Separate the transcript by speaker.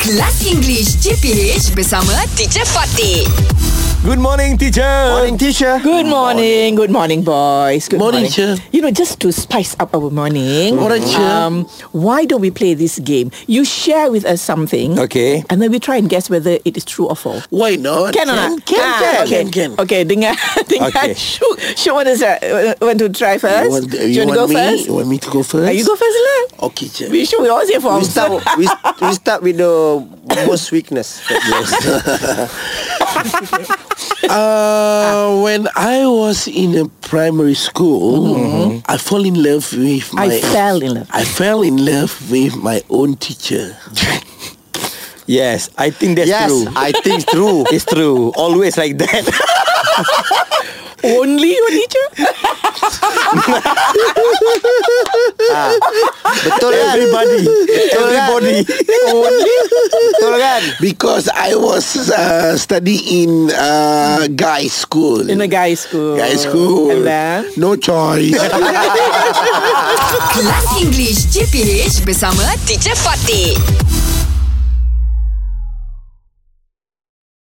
Speaker 1: Kelas English CPH bersama Teacher Fatih.
Speaker 2: Good morning, teacher.
Speaker 3: Morning teacher
Speaker 4: Good morning, good morning, boys. Good morning,
Speaker 3: Morning, sir.
Speaker 4: You know, just to spice up our morning, um,
Speaker 3: Morning, sir.
Speaker 4: why don't we play this game? You share with us something,
Speaker 2: Okay.
Speaker 4: and then we try and guess whether it is true or false.
Speaker 3: Why not
Speaker 4: Can or not?
Speaker 3: Can
Speaker 4: Ah,
Speaker 3: can
Speaker 4: okay.
Speaker 3: can, can.
Speaker 4: Okay, dengar, dengar.
Speaker 2: Okay.
Speaker 4: Shu, Shu want to start, Uh, want to try first?
Speaker 3: You want, you
Speaker 4: want to
Speaker 3: want
Speaker 4: go
Speaker 3: me?
Speaker 4: first?
Speaker 3: You want me to go first?
Speaker 4: Ah, you go first lah.
Speaker 3: Okay teacher
Speaker 4: We sure we all say for
Speaker 3: We
Speaker 4: ourselves.
Speaker 3: start, we, we start with the most weakness
Speaker 4: Ah.
Speaker 3: uh, When I was in a primary school I fall in love with my
Speaker 4: Mm-hmm. I fell in love.
Speaker 3: I fell in love with my own teacher
Speaker 2: Yes, I think that's
Speaker 5: yes,
Speaker 2: true.
Speaker 5: I think it's true.
Speaker 2: it's true. Always like that.
Speaker 4: Only your teacher?
Speaker 5: Betul kan?
Speaker 2: Everybody.
Speaker 3: kan?
Speaker 2: Everybody.
Speaker 5: Betul kan?
Speaker 3: Because I was uh, studying in uh, guy school
Speaker 4: In a guy's school.
Speaker 3: Guy school
Speaker 4: And then?
Speaker 3: No choice
Speaker 1: Kelas English CPH bersama Teacher Fatih.